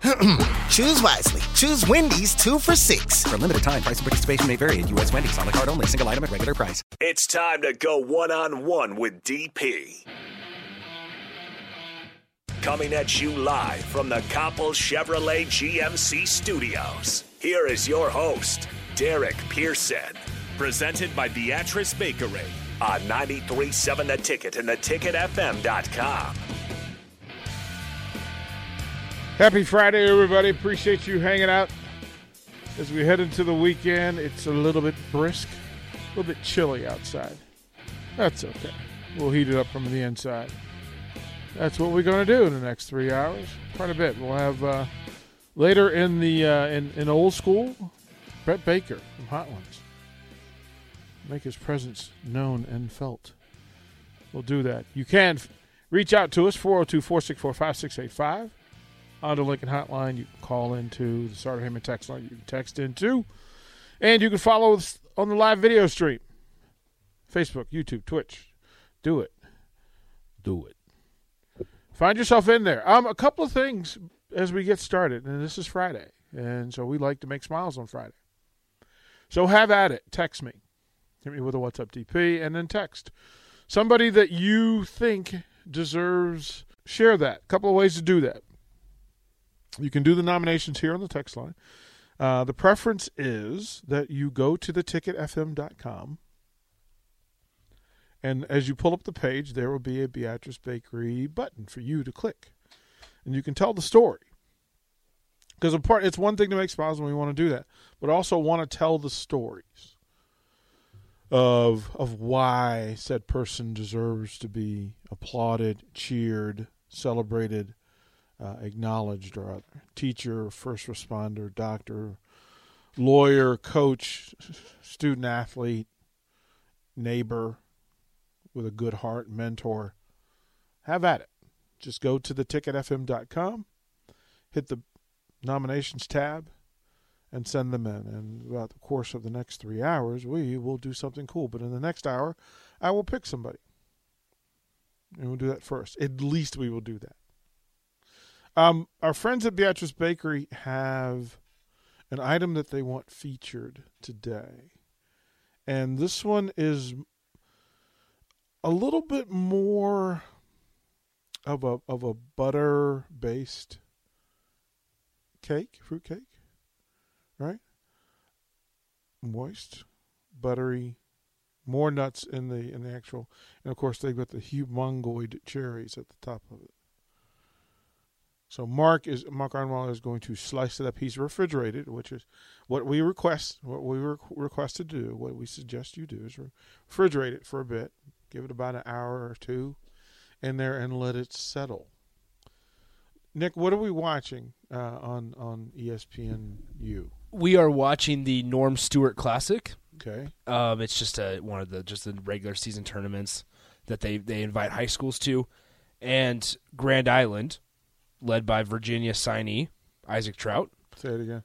Choose wisely. Choose Wendy's two for six. For a limited time, price and participation may vary at U.S. Wendy's on the card only, single item at regular price. It's time to go one on one with DP. Coming at you live from the Coppel Chevrolet GMC studios. Here is your host, Derek Pearson, presented by Beatrice Bakery on 937 The Ticket and theticketfm.com. Happy Friday, everybody. Appreciate you hanging out. As we head into the weekend, it's a little bit brisk, a little bit chilly outside. That's okay. We'll heat it up from the inside. That's what we're going to do in the next three hours. Quite a bit. We'll have uh, later in the uh, in, in old school, Brett Baker from Hot Ones. Make his presence known and felt. We'll do that. You can f- reach out to us 402 464 5685 on the Lincoln Hotline. You can call into the Sartor Heyman text line. You can text into, and you can follow us on the live video stream, Facebook, YouTube, Twitch. Do it, do it. Find yourself in there. Um, a couple of things as we get started, and this is Friday, and so we like to make smiles on Friday. So have at it. Text me, hit me with a WhatsApp DP, and then text somebody that you think deserves. Share that. A couple of ways to do that. You can do the nominations here on the text line. Uh, the preference is that you go to theticketfm.com. And as you pull up the page, there will be a Beatrice Bakery button for you to click. And you can tell the story. Because apart, it's one thing to make smiles when we want to do that, but also want to tell the stories of of why said person deserves to be applauded, cheered, celebrated, uh, acknowledged or other teacher, first responder, doctor, lawyer, coach, student athlete, neighbor with a good heart, mentor. Have at it. Just go to theticketfm.com, hit the nominations tab, and send them in. And throughout the course of the next three hours, we will do something cool. But in the next hour, I will pick somebody. And we'll do that first. At least we will do that. Um, our friends at Beatrice Bakery have an item that they want featured today. And this one is a little bit more of a of a butter based cake, fruit cake, right? Moist, buttery, more nuts in the in the actual, and of course they've got the humongoid cherries at the top of it. So Mark is Mark Arnwell is going to slice it up. He's refrigerated, which is what we request. What we re- request to do, what we suggest you do, is re- refrigerate it for a bit. Give it about an hour or two in there and let it settle. Nick, what are we watching uh, on on E ESPN? U? we are watching the Norm Stewart Classic. okay, Um, it's just a, one of the just the regular season tournaments that they they invite high schools to, and Grand Island, led by Virginia signee Isaac Trout. say it again.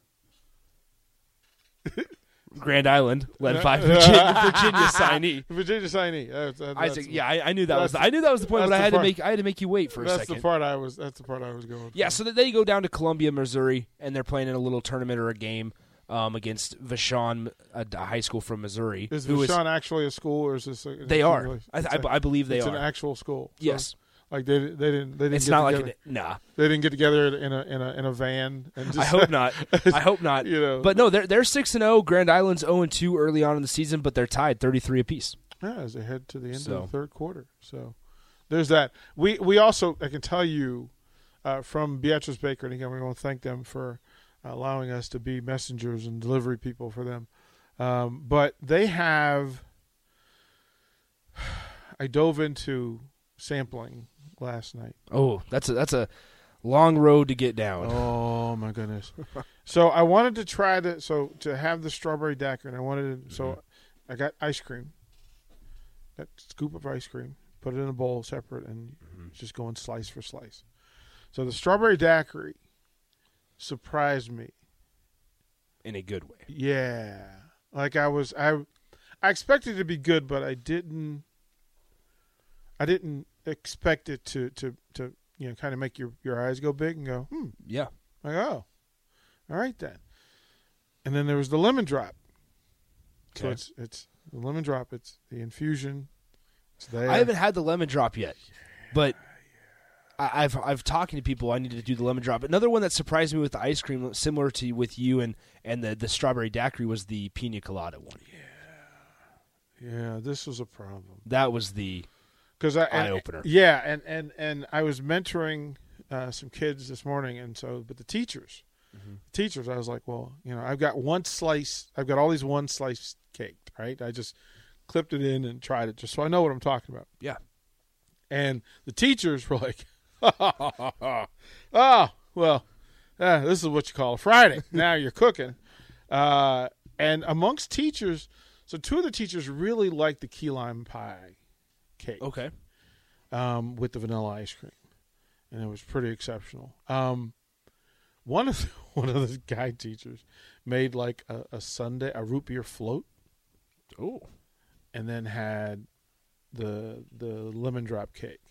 Grand Island, led by Virginia, Virginia signee Virginia signee. That's, that- that's- Isaac. Yeah, I, I knew that was that's the, I knew that was the that's point, but I the had part- to make I had to make you wait for a that's second. the part I was. That's the part I was going. Yeah, so that they go down to Columbia, Missouri, and they're playing in a little tournament or a game um, against Vashon, a, a high school from Missouri. Is who is- Vashon actually a school, or is this? A, they are. it's I, I, a- I believe they it's are. an actual school. So, yes, like they they didn't they didn't. it's get not together. like an, nah. they didn't get together in a in a in a van. And just, I hope not. I hope not. You know. but no, they're they're six and zero. Grand Island's zero and two early on in the season, but they're tied thirty three apiece. Yeah, as they head to the end So. of the third quarter. So there's that. We we also I can tell you uh, from Beatrice Baker, and again we want to thank them for allowing us to be messengers and delivery people for them. Um, but they have. I dove into sampling last night. Oh, that's a that's a long road to get down. Oh my goodness! so I wanted to try the so to have the strawberry daiquiri, and I wanted to, so I got ice cream, that scoop of ice cream, put it in a bowl separate, and just going slice for slice. So the strawberry daiquiri surprised me. in a good way. Yeah, like I was I, I expected it to be good, but I didn't. I didn't expect it to to to you know kind of make your your eyes go big and go hmm Yeah. like oh, all right then. And then there was the lemon drop. So Okay. it's it's the lemon drop. It's the infusion. It's there. I haven't had the lemon drop yet, but I, I've I've talking to people. I need to do the lemon drop. Another one that surprised me with the ice cream, similar to with you and and the the strawberry daiquiri, was the pina colada one. yeah, this was a problem. That was the because I and- Eye-opener. Yeah, and and and I was mentoring uh, some kids this morning, and so but the teachers, Mm-hmm. teachers, I was like, well, you know, I've got one slice, I've got all these one slice cake, right? I just clipped it in and tried it just so I know what I'm talking about. yeah. And the teachers were like, oh, well, uh, this is what you call a Friday. Now you're cooking. Uh, and amongst teachers, so two of the teachers really liked the key lime pie cake Okay. um, with the vanilla ice cream, and it was pretty exceptional. Um, one of the, one of the guy teachers made like a, a Sunday a root beer float, Oh. and then had the the lemon drop cake,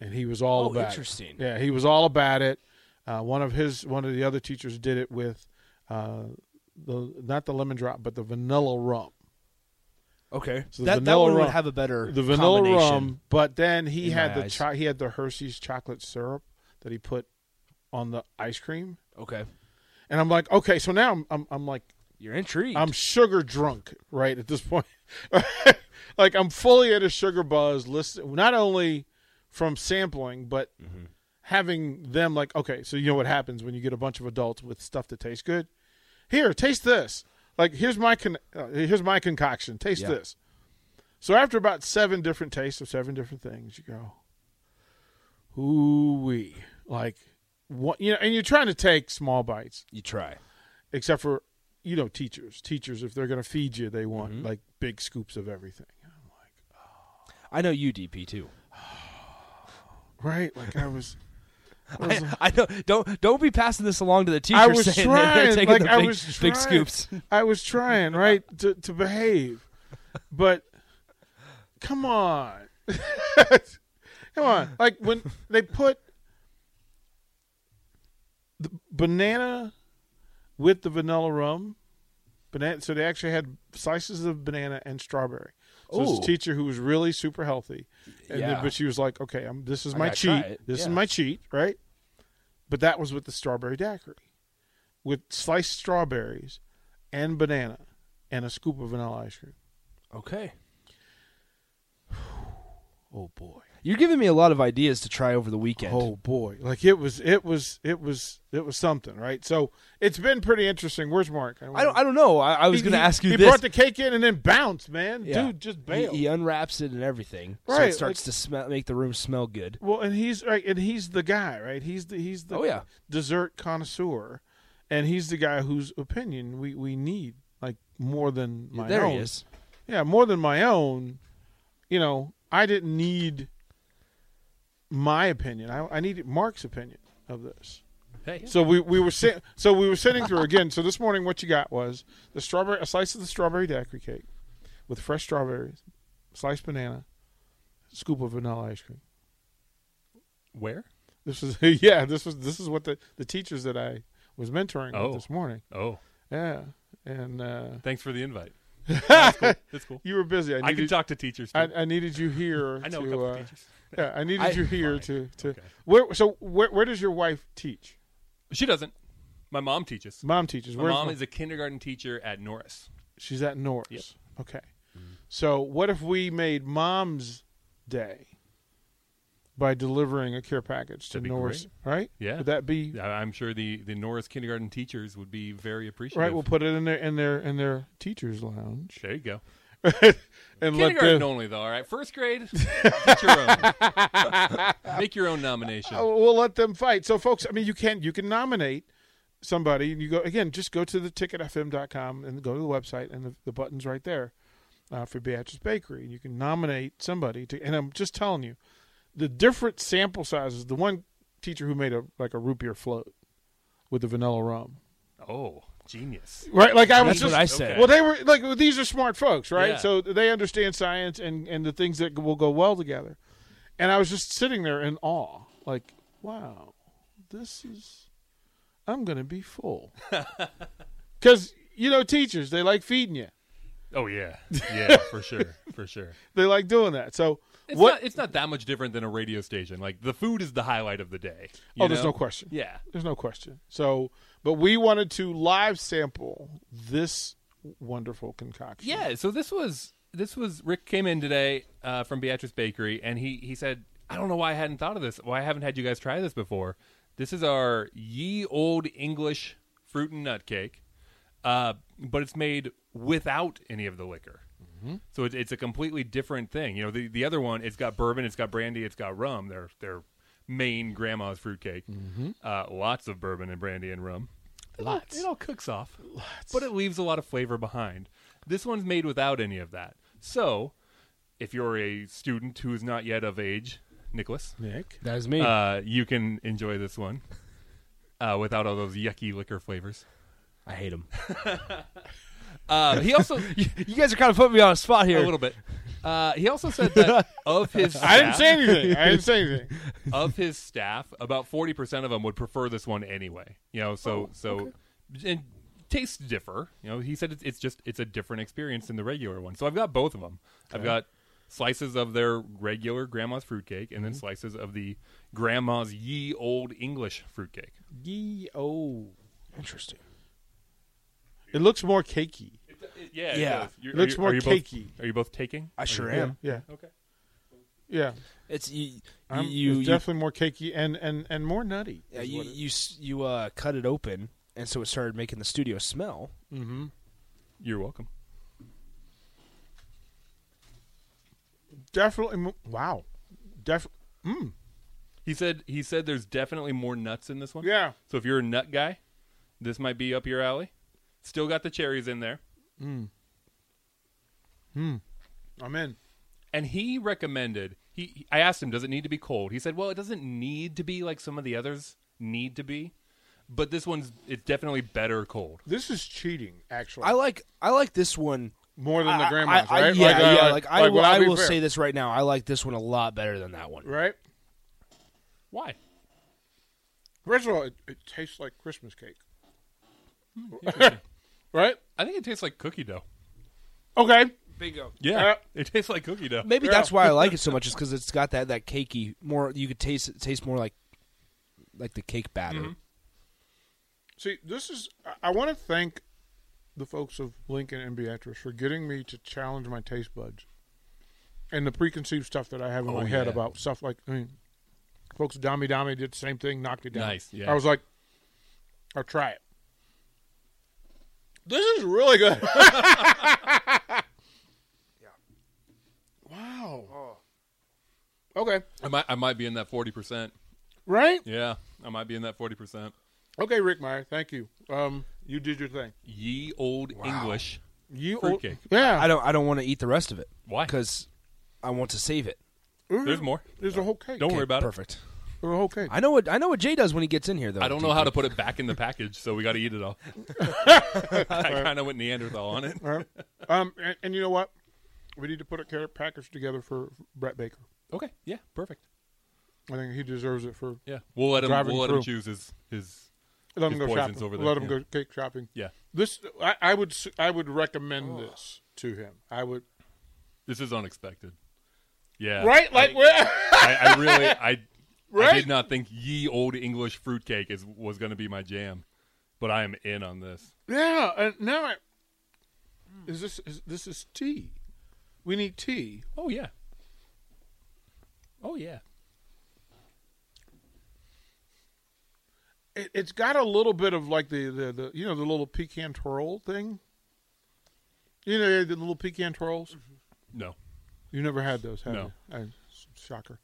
and he was all Oh, about interesting. It. Yeah, he was all about it. Uh, one of his one of the other teachers did it with uh, the not the lemon drop but the vanilla rum. Okay. So the that that vanilla one would rum- have a better the vanilla combination. rum, but then he in had my the eyes. cho- he had the Hershey's chocolate syrup that he put on the ice cream, Okay. and I'm like, okay, so now I'm I'm, I'm like You're intrigued. I'm sugar drunk, right at this point, like I'm fully at a sugar buzz. Listen, not only from sampling, but having them like, okay, so you know what happens when you get a bunch of adults with stuff that tastes good. Here, taste this. Like here's my con- uh, here's my concoction. Taste Yeah. this. So after about seven different tastes of seven different things, you go, ooh wee, like what you know, and you're trying to take small bites you try. except for you know teachers teachers if they're going to feed you they want like big scoops of everything I'm like, I know you DP too. right like i was I, I know. Don't don't be passing this along to the teacher i was saying that they're trying taking like the i big, was big trying. scoops. i was trying right to, to behave but come on come on like when they put the banana with the vanilla rum banana so they actually had slices of banana and strawberry so it's a Ooh. teacher who was really super healthy and then- Yeah. but she was like okay I'm, this is I my gotta try cheat it. this is Yeah. my cheat right but that was with the strawberry daiquiri with sliced strawberries and banana and a scoop of vanilla ice cream Okay. oh boy You're giving me a lot of ideas to try over the weekend. Oh boy, like it was, it was, it was, it was something, right? So it's been pretty interesting. Where's Mark? I don't. I don't know. I, I was He- going to he- ask you He this. brought the cake in and then bounced, man. Yeah. Dude, just he, bailed. he unwraps it and everything, so Right, it starts like- to smell, make the room smell good. Well, and he's right, and he's the guy, right? He's the he's the Oh, yeah. dessert connoisseur, and he's the guy whose opinion we we need like more than my there own. he is. Yeah, more than my own. You know, I didn't need my opinion. I, I needed Mark's opinion of this. Hey. So we, we were sit, so we were sitting through again. So this morning, what you got was the strawberry, a slice of the strawberry daiquiri cake with fresh strawberries, sliced banana, scoop of vanilla ice cream. Where? This was yeah. This was this is what the the teachers that I was mentoring Oh. this morning. Oh, Yeah, and uh, thanks for the invite. That's cool. That's cool. you were busy. I I can needed talk to teachers. Too. I, I, I needed you here. know to, a couple uh, of teachers. Yeah, I needed I- you here to Fine. to Okay. where. So where where does your wife teach? She doesn't. My mom teaches. Mom teaches. My Where's mom is a kindergarten teacher at Norris. She's at Norris. Yep. Mm-hmm. Okay. So what if we made Mom's Day by delivering a care package to That'd be Norris? great. Right? Yeah. Would that be I- I'm sure the, the Norris kindergarten teachers would be very appreciative. right? We'll put it in their in their in their teachers' lounge there you go. and let Kindergarten them. only, though. All right, first grade, get your own. Make your own nomination. Oh, We'll let them fight. So, folks, I mean, you can you can nominate somebody. You go again. Just go to the ticketfm.com and go to the website, and the, the button's right there. uh, for Beatrice Bakery, and you can nominate somebody to. And I'm just telling you, the different sample sizes. The one teacher who made a like a root beer float with the vanilla rum, Oh, genius. right? Like I was That's what just I said. well, they were like well, these are smart folks, right? Yeah. So they understand science and and the things that will go well together. And I was just sitting there in awe, like, wow, this is. I'm gonna be full, because you know teachers they like feeding you, Oh yeah, yeah, for sure, for sure. they like doing that. So It's what? Not, it's not that much different than a radio station. Like the food is the highlight of the day. oh, you there's know? no question. Yeah. There's no question. So, but we wanted to live sample this wonderful concoction. Yeah. So this was this was Rick came in today uh, from Beatrice Bakery, and he he said, I don't know why I hadn't thought of this. Why I haven't had you guys try this before. This is our ye old English fruit and nut cake, uh, but it's made without any of the liquor. So it, it's a completely different thing. You know, the, the other one, it's got bourbon, it's got brandy, it's got rum. Their their main grandma's fruitcake. Uh, lots of bourbon and brandy and rum. It all- Lots. It all cooks off, but it leaves a lot of flavor behind. This one's made without any of that. So, if you're a student who is not yet of age, Nicholas, Nick. That is me. uh, you can enjoy this one uh, without all those yucky liquor flavors. I hate him. Uh, he also You guys are kind of putting me on a spot here. a little bit. Uh, he also said that of his I didn't staff- say anything. I didn't say anything. of his staff, about forty percent of them would prefer this one anyway. You know, so Oh, so and tastes differ. You know, he said it's, it's just it's a different experience than the regular one. So I've got both of them. I've got slices of their regular grandma's fruitcake Mm-hmm. and then slices of the grandma's ye old English fruitcake. Ye oh, interesting. It looks more cakey. Yeah, it Uh, Yeah. does. You're, Looks more you cakey. Both, are you both taking? I sure Yeah, am. yeah, Okay. yeah. It's you. I'm- you, it's you, definitely more cakey and and and more nutty. yeah, is you, what it- you, s- you uh, cut it open, and so it started making the studio smell. You're welcome. definitely. mo- Wow. Def. Mm. He said he said there's definitely more nuts in this one. Yeah. So if you're a nut guy, this might be up your alley. Still got the cherries in there. I'm in. And he recommended he he- I asked him, does it need to be cold? He said, Well, it doesn't need to be like some of the others need to be. But this one's it's definitely better cold. This is cheating, actually. I like I like this one more than I- the I- grandma's, I- right? Yeah, Like, yeah. uh, Like, I like, will, well, I I'll be will fair. say this right now. I like this one a lot better than that one. right. Why? First of all, it, it tastes like Christmas cake. Hmm. right? I think it tastes like cookie dough. Okay. Bingo. Yeah. Yeah. It tastes like cookie dough. Maybe Yeah. that's why I like it so much. Is because it's got that that cakey more. You could taste it taste more like like the cake batter. See, this is. I- I want to thank the folks of Lincoln and Beatrice for getting me to challenge my taste buds and the preconceived stuff that I have in Oh, my head about stuff like. I mean, folks, Dami Dami did the same thing, knocked it down. Nice, yeah. I was like, I'll try it. This is really good. Wow. Okay. I might I might be in that forty percent. Right? Yeah. I might be in that forty percent. Okay, Rick Meyer, thank you. Um, you did your thing. Ye old English. You Fruitcake. Yeah, I don't I don't want to eat the rest of it. Why? Because I want to save it. There's more. there's a whole cake. Don't worry about it. Perfect. There's a whole cake. I know what I know what Jay does when he gets in here though. I don't know how to put it back in the package, so we got to eat it all. I kind of went Neanderthal on it. All right. Um, and, and you know what? We need to put a care package together for Brett Baker. Okay, yeah, perfect. I think he deserves it for Yeah, we'll let him. Driving we'll let him through. choose his his. let him His go poison's shopping. over let there, him yeah. go cake shopping. Yeah, This I, I would s- I would recommend this to him. I would this is unexpected. Yeah, right like we're I, I really, I, I Right? did not think ye old English fruitcake is was going to be my jam, but I am in on this. yeah. And now I, is this is, this is tea? We need tea. Oh yeah. Oh yeah. It, it's got a little bit of like the, the, the you know the little pecan twirl thing. You know the little pecan twirls. No, You never had those, have Mm-hmm. No. you? I, shocker.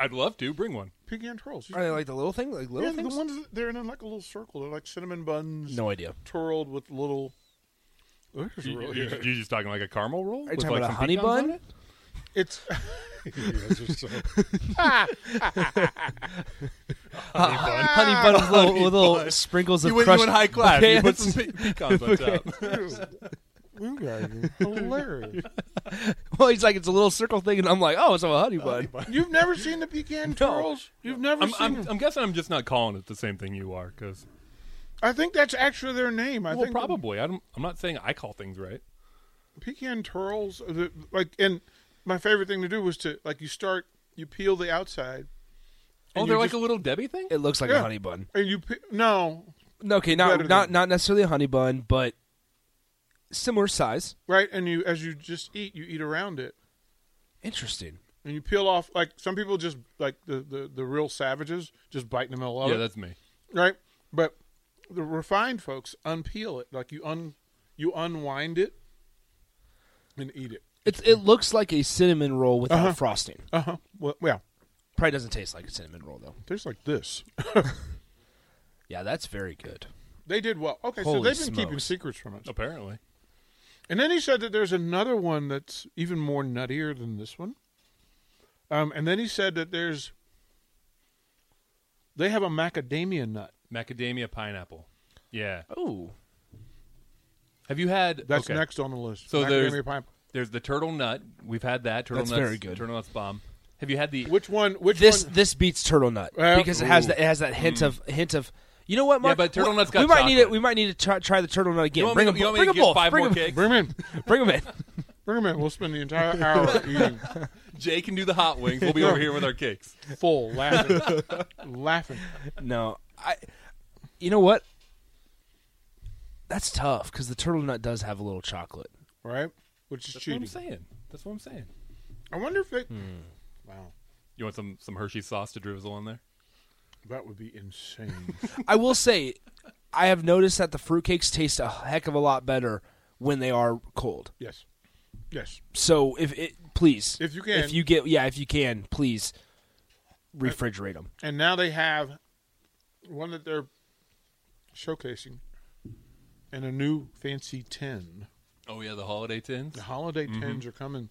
I'd love to bring one. Pecan twirls. You Are they like the little thing? Like little yeah, things? the ones that- they're in like a little circle. They're like cinnamon buns, no idea. twirled with little It's You, really you, good. you're just talking like a caramel roll? Are you talking about a honey pecans on bun? it? It's Yes, it's so- honey bun, honey bun with little, with little sprinkles of You went, you crushed. went high class. Okay, You put that's- some pe- pecans on top. you guys are hilarious. well, he's like it's a little circle thing, and I'm like, oh, it's a honey bun. You've never seen the pecan twirls? You've never I'm, seen I'm, them? I'm guessing I'm just not calling it the same thing you are, because I think that's actually their name. I well, think probably. I don't, I'm not saying I call things right. pecan twirls are the- like and my favorite thing to do was to like you start you peel the outside Oh, And they're you like just- a little Debbie thing. It looks like Yeah. a honey bun. and you pe- no Okay, Better not than- not not necessarily a honey bun, but similar size. right and you as you just eat you eat around it Interesting. and you peel off like some people just like the the, the real savages just bite in the middle of yeah, it that's me. right but the refined folks unpeel it like you un you unwind it and eat it It it looks like a cinnamon roll without frosting. uh-huh well, well Probably doesn't taste like a cinnamon roll though. tastes like this Yeah, that's very good. they did well okay so Holy they've been keeping smokes. secrets from us Apparently, And then he said that there's another one that's even more nuttier than this one. Um, and then he said that there's they have a macadamia nut. macadamia pineapple. Yeah. Oh, Have you had? That's okay. next on the list. So there's- Macadamia pine- There's the turtle nut. We've had that. Turtle That's nuts. very good. Turtle nuts bomb. Have you had the? Which one? Which this one? this beats turtle nut Well, because it has ooh. that it has that hint of hint of. You know what, Mark? Mm. but turtle We- nuts got We might need it. chocolate. We might need to try, try the turtle nut again. you want bring me, them. you want me bring to them get both. five bring more 'em- cakes? Bring him in. Bring them in. Bring him in. We'll spend the entire hour eating Jay can do the hot wings. We'll be over here with our cakes. full, laughing, laughing. No, I. You know what? That's tough because the turtle nut does have a little chocolate. Right? Which is That's cheating. what I'm saying. That's what I'm saying. I wonder if they. Wow, You want some some Hershey sauce to drizzle on there? that would be insane. I will say, I have noticed that the fruitcakes taste a heck of a lot better when they are cold. yes, yes. So if it, please, If you can. if you get, yeah, if you can, please refrigerate them. And now they have one that they're showcasing and a new fancy tin. Oh yeah, the holiday tins. The holiday tins are coming.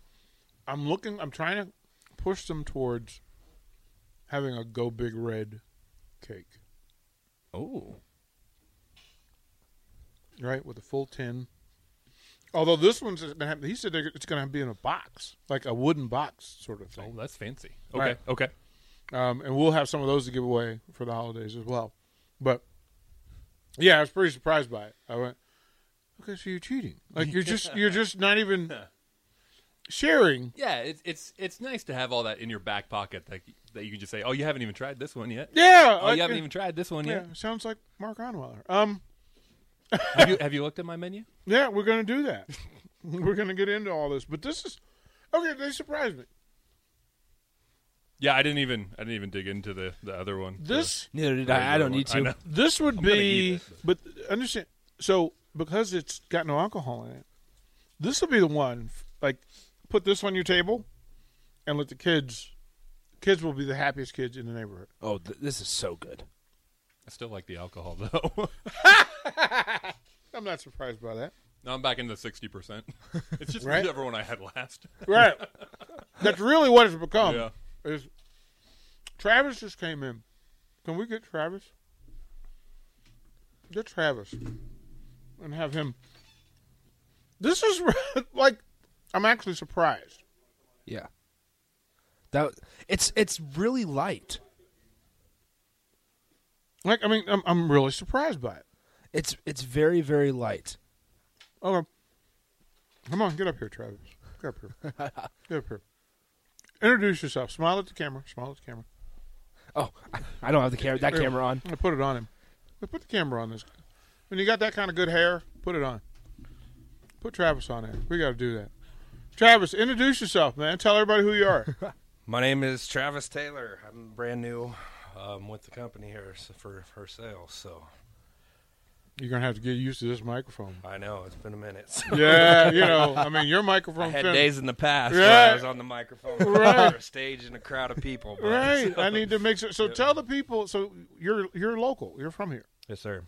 I'm looking I'm trying to push them towards having a go big red cake, Oh, right? With a full tin. Although this one's been hap- he said they're- it's going to be in a box, like a wooden box sort of Oh, thing. that's fancy. Okay. Right. Okay. Um, and we'll have some of those to give away for the holidays as well. But yeah, I was pretty surprised by it. I went, okay, so you're cheating. Like you're just you're just not even sharing. Yeah, it's it's it's nice to have all that in your back pocket that that you can just say, "Oh, you haven't even tried this one yet." Yeah, Oh, like, you haven't even tried this one Yeah, yet. sounds like Mark Onweiler. Um, have you have you looked at my menu? yeah, we're gonna do that. we're gonna get into all this, but this is okay. They surprised me. Yeah, I didn't even I didn't even dig into the the other one. This neither did I. I don't need I know. to. This would gonna eat be, it, but understand. So because it's got no alcohol in it, this will be the one. f- Like, put this on your table, and let the kids. Kids will be the happiest kids in the neighborhood. Oh, th- this is so good. I still like the alcohol though. I'm not surprised by that. now I'm back into sixty percent. It's just Right? whatever one I had last. Right. That's really what it's become. Yeah. Is Travis just came in? Can we get Travis? Get Travis and have him. This is like I'm actually surprised. Yeah. That it's it's really light. Like, I mean, I'm, I'm really surprised by it. It's it's very very light. Okay. Come on, get up here, Travis. Get up here. get up here. Introduce yourself. Smile at the camera. Smile at the camera. Oh, I, I don't have the camera that camera on. I put it on him. I put the camera on this. guy. When you got that kind of good hair, put it on. Put Travis on there. We got to do that. Travis, introduce yourself, man. Tell everybody who you are. My name is Travis Taylor. I'm brand new um, with the company here s- for for sale. So You're gonna have to get used to this microphone. I know it's been a minute. So. Yeah, you know, I mean, your I microphone. had fin- days in the past where Right. I was on the microphone for Right. a stage and a crowd of people. But, Right. I need to make sure. So tell the people. So you're you're local. You're from here. Yes, sir.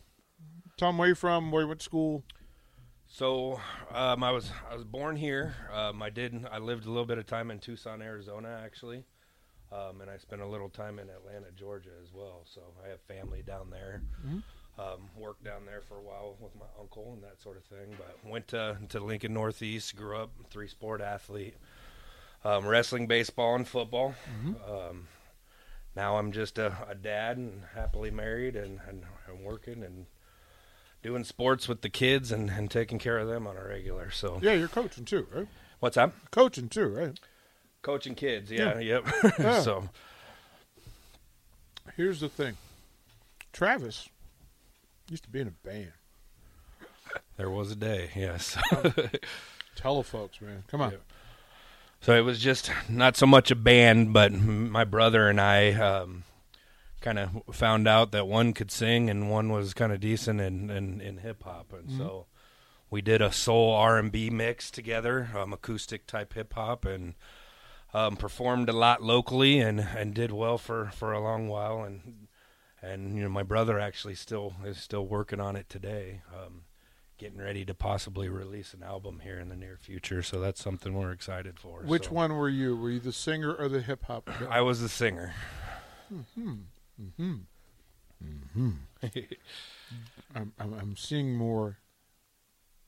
Tell them where you're from, where you went to school. So um, I was I was born here. Um, I did I lived a little bit of time in Tucson, Arizona, actually, um, and I spent a little time in Atlanta, Georgia, as well. So I have family down there. Mm-hmm. Um, worked down there for a while with my uncle and that sort of thing. But went to to Lincoln Northeast. Grew up three sport athlete, um, wrestling, baseball, and football. Mm-hmm. Um, now I'm just a, a dad and happily married and, and, and working and doing sports with the kids and, and taking care of them on a regular. So Yeah, you're coaching too, right? what's up? Coaching too, right? Coaching kids, yeah, yep. Yeah. so Here's the thing. Travis used to be in a band. there was a day, yes. Tell folks, man. Come on. so it was just not so much a band, but m- my brother and I um, kind of found out that one could sing and one was kind of decent in, in, in hip hop, and so we did a soul R and B mix together, um, acoustic type hip hop, and um, performed a lot locally and, and did well for, for a long while, and and you know my brother actually still is still working on it today. Um, getting ready to possibly release an album here in the near future so that's something we're excited for Which so. one were you? Were you the singer or the hip hop? guy? I was the singer. I'm, I'm, I'm seeing more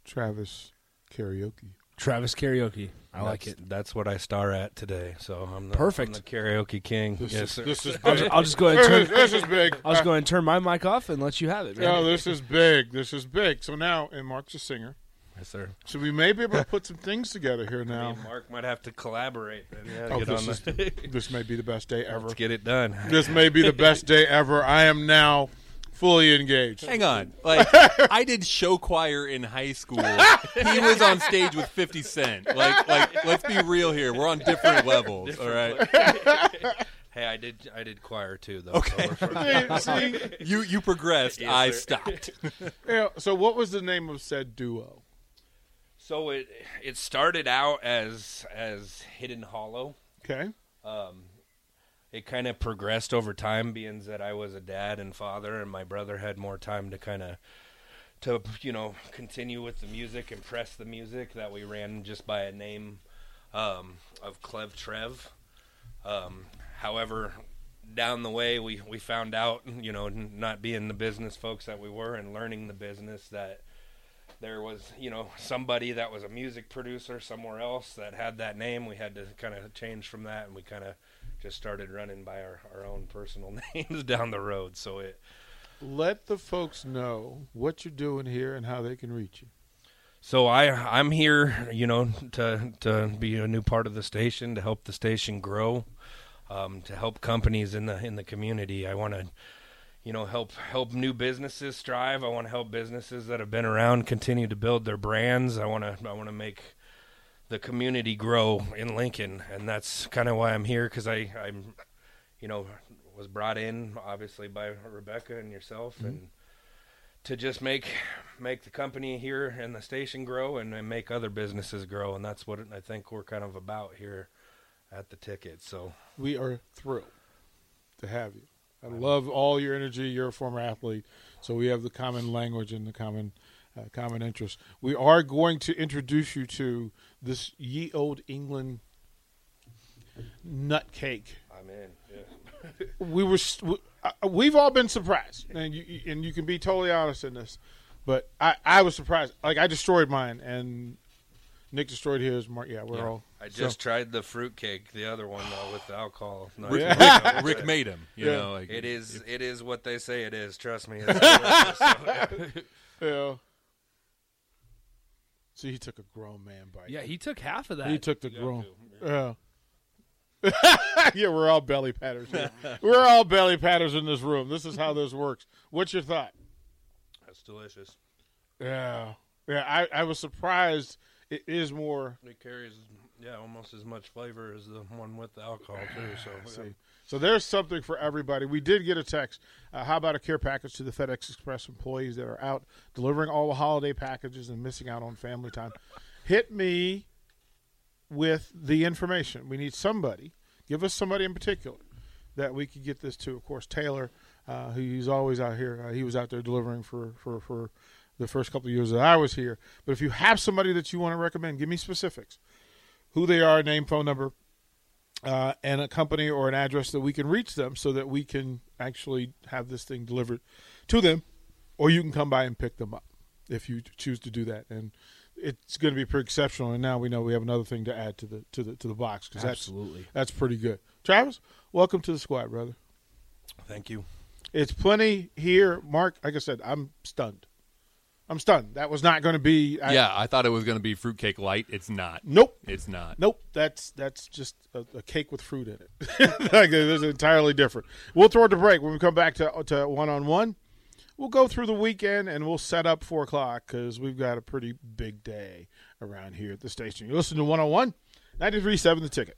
Travis karaoke. Travis karaoke. I like That's- it. That's what I star at today. So I'm the, Perfect. I'm the karaoke king. This yes, is sir. this is I'll big. just, I'll just go ahead this, and is, turn. this is big. I'll just go ahead and turn my mic off and let you have it, man. No, this is big. This is big. So now, and Mark's a singer, yes, sir. so we may be able to put some things together here Me now. and Mark might have to collaborate. And, yeah, Oh, get this, on is the, the- this may be the best day ever. let's get it done. This may be the best day ever. I am now fully engaged. Hang on. Like I did show choir in high school. he was on stage with 50 Cent. Like like let's be real here. We're on different levels, all right? Hey, I did. I did choir too, though. Okay. So we're- See? You you progressed. I stopped. Yeah, so what was the name of said duo? so it it started out as as Hidden Hollow. Okay. it kind of progressed over time being that I was a dad and father and my brother had more time to kind of to you know continue with the music and press the music that we ran just by a name um, of Clev Trev um, however down the way we we found out you know n- not being the business folks that we were and learning the business that there was you know somebody that was a music producer somewhere else that had that name we had to kind of change from that and we kind of just started running by our, our own personal names down the road so it Let the folks know what you're doing here and how they can reach you. so i i'm here you know to to be a new part of the station to help the station grow um, to help companies in the in the community i want to you know help help new businesses strive i want to help businesses that have been around continue to build their brands i want to i want to make the community grow in Lincoln, and that's kind of why I'm here because I I'm you know was brought in obviously by Rebecca and yourself and to just make make the company here and the station grow and, and make other businesses grow and that's what I think we're kind of about here at the ticket so We are thrilled to have you. I love all your energy. You're a former athlete, so we have the common language and the common uh, common interest. We are going to introduce you to this ye old England nut cake. I'm in We were s- we, uh, we've all been surprised, and you you- and you can be totally honest in this, but I I was surprised. Like I destroyed mine, and Nick destroyed his. Mark, yeah, we're all. I so- just tried the fruitcake the other one though with the alcohol Rick, Rick made him. You Yeah. know, like it is it is what they say it is trust me it's delicious. Yeah. So he took a grown man bite. Yeah, he took half of that. he took the grown. Yeah. yeah, we're all belly patters. Here. we're all belly patters in this room. This is how this works. What's your thought? that's delicious Yeah. Yeah, I, I was surprised it is more. It carries, yeah, almost as much flavor as the one with the alcohol too. So See. So there's something for everybody. We did get a text. Uh, how about a care package to the FedEx Express employees that are out delivering all the holiday packages and missing out on family time? Hit me with the information. We need somebody. Give us somebody in particular that we could get this to. Of course, Taylor, uh, who he's always out here. Uh, he was out there delivering for for for the first couple of years that I was here. But if you have somebody that you want to recommend, give me specifics, who they are, name, phone number, uh, and a company or an address that we can reach them so that we can actually have this thing delivered to them, or you can come by and pick them up if you choose to do that. And it's going to be pretty exceptional. And now we know we have another thing to add to the to the to the box because Absolutely. that's, that's pretty good. Travis, welcome to the squad, brother. Thank you. It's plenty here, Mark. Like I said, I'm stunned. I'm stunned. That was not going to be. I, yeah, I thought it was going to be fruitcake light. It's not. Nope. It's not. Nope, that's that's just a, a cake with fruit in it. like, it's entirely different. We'll throw it to break when we come back to to one on one. We'll go through the weekend and we'll set up four o'clock because we've got a pretty big day around here at the station. You listen to one on one, ninety three seven the ticket.